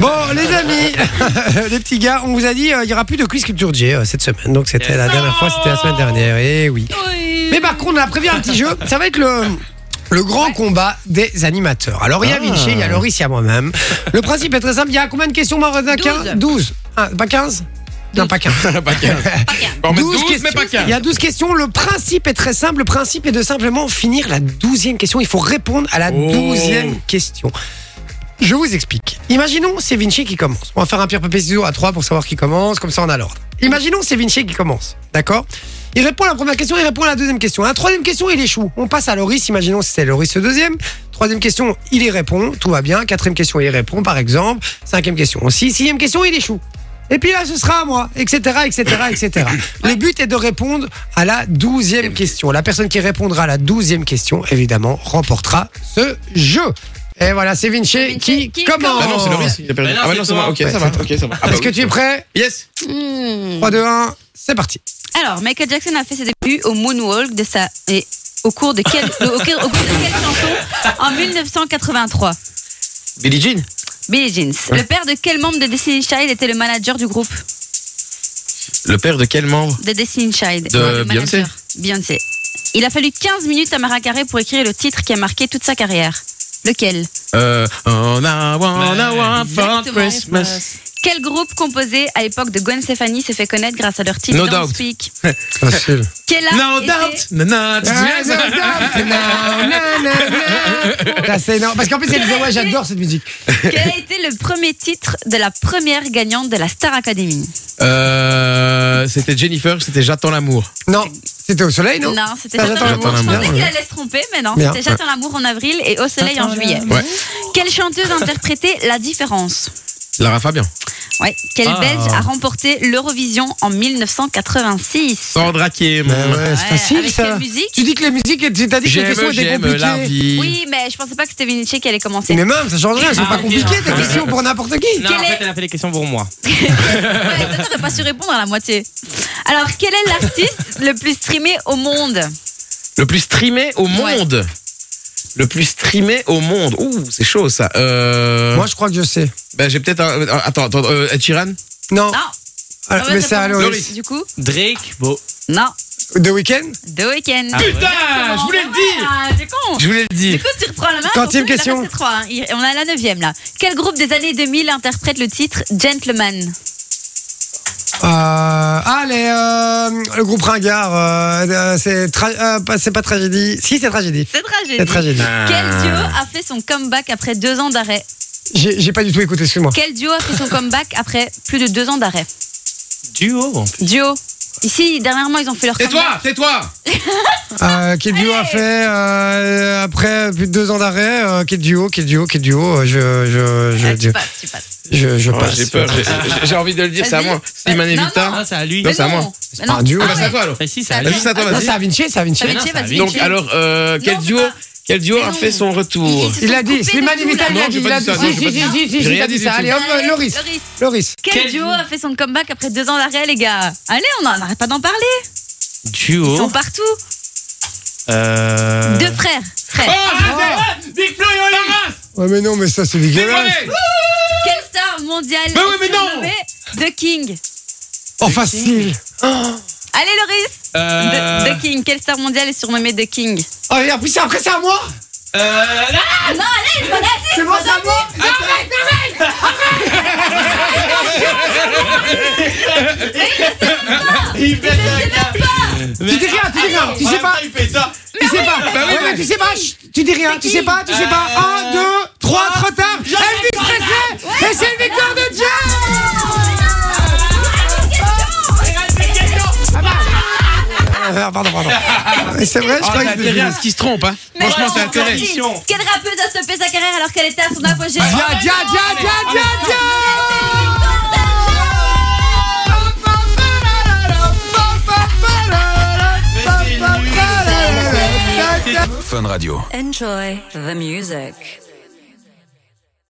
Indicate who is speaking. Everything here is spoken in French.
Speaker 1: Bon, les amis, les petits gars, on vous a dit, euh, il n'y aura plus de quiz culture J euh, cette semaine. Donc, c'était la dernière fois, c'était la semaine dernière. Et oui. Mais par contre, on a prévu un petit jeu. Ça va être le. Le grand combat des animateurs. Alors, il y
Speaker 2: Ah.
Speaker 1: a Vinci, il y a Loris, il y a moi-même. Le principe est très simple. Il y a combien de questions, Marvin 15 12. Ah, pas 15 Non, pas 15.
Speaker 2: Pas quinze. On va mettre 12, mais pas 15.
Speaker 1: Il y a 12 questions. Le principe est très simple. Le principe est de simplement finir la 12e question. Il faut répondre à la
Speaker 2: Oh.
Speaker 1: 12e question. Je vous explique. Imaginons, c'est Vinci qui commence. On va faire un pierre papier ciseaux à 3 pour savoir qui commence. Comme ça, on a l'ordre. Imaginons, c'est Vinci qui commence. D'accord Il répond à la première question, il répond à la deuxième question. À la troisième question, il échoue. On passe à Loris. Imaginons, c'était Loris le deuxième. Troisième question, il y répond. Tout va bien. Quatrième question, il y répond, par exemple. Cinquième question aussi. Sixième question, il échoue. Et puis là, ce sera à moi, etc., etc., etc. Le but est de répondre à la douzième question. La personne qui répondra à la douzième question, évidemment, remportera ce jeu. Et voilà, c'est Vinci,
Speaker 3: Vinci
Speaker 1: Euh, qui,
Speaker 3: qui
Speaker 1: commence.
Speaker 2: Ah non, c'est Loris. il a perdu.
Speaker 4: Mais non,
Speaker 2: Ah bah
Speaker 4: c'est
Speaker 2: non, c'est
Speaker 4: toi.
Speaker 2: moi. Ok,
Speaker 1: Ouais,
Speaker 2: ça va. Ok, ça va. Ah bah
Speaker 1: Est-ce que
Speaker 2: oui,
Speaker 1: tu es
Speaker 2: ça va.
Speaker 1: prêt
Speaker 2: Yes.
Speaker 3: Hmm.
Speaker 1: 3, 2, 1, c'est parti.
Speaker 3: Alors, Michael Jackson a fait ses débuts au Moonwalk de sa... et au cours de quelle, au, au- au cours de quelle chanson en 1983
Speaker 4: Billie Jean
Speaker 3: Billie Jeans. Le père de quel membre de Destiny Child était le manager du groupe
Speaker 2: Le père de quel membre
Speaker 3: de Destiny Child
Speaker 2: De
Speaker 3: Le
Speaker 2: Beyoncé.
Speaker 3: manager. Beyoncé. Il a fallu 15 minutes à Mara Carré pour écrire le titre qui a marqué toute sa carrière. Lequel
Speaker 2: Euh. On a one, on a one for
Speaker 3: Exactement.
Speaker 2: Christmas.
Speaker 3: Quel groupe composé à l'époque de Gwen Stefani s'est fait connaître grâce à leur titre
Speaker 2: No
Speaker 3: Don't
Speaker 2: Doubt.
Speaker 3: Speak
Speaker 1: Facile.
Speaker 3: Quel art
Speaker 2: No
Speaker 3: était-
Speaker 2: doubt. No doubt. Yes.
Speaker 1: Là, c'est énorme. Parce qu'en plus, elle disait, ouais, j'adore cette musique.
Speaker 3: Quel a été le premier titre de la première gagnante de la Star Academy
Speaker 2: Euh. C'était Jennifer, c'était J'attends l'amour.
Speaker 1: Non, c'était au soleil, non
Speaker 3: Non, c'était
Speaker 1: Ah,
Speaker 3: J'attends l'amour. Je
Speaker 2: l'amour.
Speaker 3: pensais qu'il allait se tromper, mais non.
Speaker 1: Bien.
Speaker 3: C'était J'attends l'amour en avril et Au soleil en juillet.
Speaker 2: Ouais.
Speaker 3: Quelle chanteuse a interprété La différence
Speaker 2: Lara Fabian.
Speaker 3: ouais. Quel
Speaker 4: Ah.
Speaker 3: Belge a remporté l'Eurovision en 1986
Speaker 2: Sandra Kim.
Speaker 1: Mais ouais, c'est
Speaker 3: Ouais,
Speaker 1: facile,
Speaker 3: avec
Speaker 1: ça.
Speaker 3: quelle musique
Speaker 1: Tu dis que la musique, t'as dit que les questions
Speaker 2: J'aime,
Speaker 1: étaient
Speaker 2: j'aime la
Speaker 1: compliquées.
Speaker 2: vie.
Speaker 3: Oui, mais je pensais pas que c'était Vinicius qui allait commencer.
Speaker 1: Mais même, ça change rien, elles sont
Speaker 4: Ah,
Speaker 1: pas
Speaker 4: ok.
Speaker 1: compliquées, tes questions pour n'importe qui.
Speaker 4: Non, en
Speaker 3: Quel est-
Speaker 4: fait, elle a fait les questions pour moi.
Speaker 3: Ouais, toi, t'aurais pas su répondre à la moitié. Alors, quel est l'artiste le plus streamé au monde
Speaker 2: Le plus streamé au monde. Le plus streamé au monde. Ouh, c'est chaud ça. Euh...
Speaker 1: Moi, je crois que je sais.
Speaker 2: ben, j'ai peut-être un. euh, Attends, attends. Euh, Ed Sheeran
Speaker 1: Non,
Speaker 3: Non.
Speaker 1: Ah,
Speaker 3: Mauvaise
Speaker 1: mais c'est à
Speaker 3: réponse.
Speaker 1: Loris.
Speaker 3: Du coup,
Speaker 4: Drake, bon.
Speaker 3: non.
Speaker 1: The Weeknd
Speaker 3: The Weeknd.
Speaker 4: Ah,
Speaker 2: Putain, je voulais le dire.
Speaker 3: Ah, t'es con.
Speaker 2: Je voulais le
Speaker 3: Du
Speaker 2: dire.
Speaker 3: coup, tu reprends la main.
Speaker 1: Quantième
Speaker 3: attention, il
Speaker 1: question.
Speaker 3: en reste trois, hein. Il- On est à la neuvième là. Quel groupe des années 2000 interprète le titre Gentleman
Speaker 1: Euh, ah, les, euh, le groupe Ringard, euh, euh, c'est tra- euh, pas- c'est pas tragédie. Si, c'est tragédie.
Speaker 3: C'est
Speaker 1: C'est
Speaker 3: tragédie.
Speaker 1: tragédie.
Speaker 3: Quel duo a fait son comeback après deux ans d'arrêt
Speaker 1: J'ai j'ai pas du tout écouté, excuse-moi.
Speaker 3: Quel duo a fait son comeback après plus de deux ans d'arrêt
Speaker 4: Duo. en plus.
Speaker 3: Duo. Ici, dernièrement, ils ont fait leur
Speaker 2: Et
Speaker 3: comeback.
Speaker 2: toi, tais-toi.
Speaker 3: Ah,
Speaker 1: Euh, quel duo a fait euh, après plus de deux ans d'arrêt euh, Quel duo Quel duo Quel duo euh, Je, je, je,
Speaker 3: Ah,
Speaker 1: je,
Speaker 3: tu passes, tu passes.
Speaker 1: je, je
Speaker 2: Oh,
Speaker 1: passe.
Speaker 2: j'ai peur. j'ai- J'ai envie de le dire. C'est à
Speaker 3: Vas-y.
Speaker 2: moi. Slimane et
Speaker 3: Non,
Speaker 2: Vita.
Speaker 4: Ah, c'est à lui.
Speaker 2: Non,
Speaker 3: Mais
Speaker 2: c'est à
Speaker 3: non,
Speaker 2: moi.
Speaker 3: mais
Speaker 1: C'est
Speaker 3: non.
Speaker 1: pas un duo.
Speaker 3: Ah
Speaker 2: Ah, c'est à
Speaker 3: ouais.
Speaker 2: toi alors.
Speaker 4: Ah, si, c'est à
Speaker 3: Ça
Speaker 4: lui.
Speaker 3: va.
Speaker 2: Juste à toi,
Speaker 1: Ah,
Speaker 2: vas-y.
Speaker 1: c'est à Vinci, c'est à Vinci.
Speaker 3: Ça va,
Speaker 4: non,
Speaker 3: tiens,
Speaker 4: ça
Speaker 3: vas-y,
Speaker 4: va.
Speaker 2: Donc
Speaker 3: tiens.
Speaker 2: alors, euh, quel
Speaker 3: Non,
Speaker 2: duo
Speaker 3: mais non.
Speaker 2: Quel duo
Speaker 3: Mais
Speaker 2: a
Speaker 3: non.
Speaker 2: fait son retour
Speaker 3: Ils se
Speaker 1: Il
Speaker 3: sont
Speaker 1: l'a dit,
Speaker 3: coupés
Speaker 1: Slimane
Speaker 3: de tout,
Speaker 1: Vital,
Speaker 3: là.
Speaker 1: il a dit, il a dit.
Speaker 2: Non,
Speaker 1: Si,
Speaker 2: j'ai pas
Speaker 1: si,
Speaker 2: dit
Speaker 1: si,
Speaker 2: ça.
Speaker 1: si, si,
Speaker 2: J'ai
Speaker 1: si,
Speaker 2: rien
Speaker 1: t'as dit
Speaker 2: dit
Speaker 1: ça.
Speaker 2: du tout.
Speaker 1: Allez, hop,
Speaker 3: Allez,
Speaker 1: Loris.
Speaker 3: Loris.
Speaker 1: Loris.
Speaker 3: Quel,
Speaker 4: Quel
Speaker 3: duo
Speaker 4: duo
Speaker 3: a fait son comeback après deux ans d'arrêt, les gars Allez, on en- n'arrête pas d'en parler. Ils sont
Speaker 4: Duo.
Speaker 3: partout.
Speaker 4: Euh.
Speaker 3: Deux frères.
Speaker 2: Oh,
Speaker 3: Frères.
Speaker 2: arrêtez Big Flo et Olaras
Speaker 1: Ouais, Oh, mais non, mais ça, c'est dégueulasse.
Speaker 2: Dévoilez
Speaker 3: Quelle star mondiale
Speaker 2: Oh Mais oui, mais
Speaker 3: est
Speaker 2: non
Speaker 3: surnommée The King
Speaker 1: Oh, facile.
Speaker 3: Allez, Loris.
Speaker 4: Euh.
Speaker 3: The, The King. Quelle star mondiale est surnommée The King
Speaker 1: Oh, et en plus, c'est- après, c'est à moi
Speaker 4: Euh. là,
Speaker 3: Non, allez, bon, allez.
Speaker 1: C'est moi, c'est à moi
Speaker 4: Il pète la gueule.
Speaker 1: Tu dis rien, tu dis rien, tu sais pas,
Speaker 4: Il fait ça.
Speaker 1: tu sais pas. Ouais, mais tu sais pas, chut, tu dis rien, tu sais pas, tu sais pas. Un, deux, Euh, trois, trop tard. Elvis Presley Et c'est une victoire de Jazz Ah, Pardon, pardon. Ah, Mais C'est vrai, je
Speaker 2: Oh,
Speaker 1: crois
Speaker 2: t'as
Speaker 1: que
Speaker 2: intérêt à ce qui se trompe, hein
Speaker 3: Mais
Speaker 2: Franchement,
Speaker 3: non,
Speaker 2: t'as intérêt.
Speaker 3: Loris, Quelle rappeuse a stoppé sa carrière alors qu'elle était à son apogée
Speaker 2: Ah,
Speaker 1: Dia, dia, dia, dia, dia, dia
Speaker 5: Enjoy the music.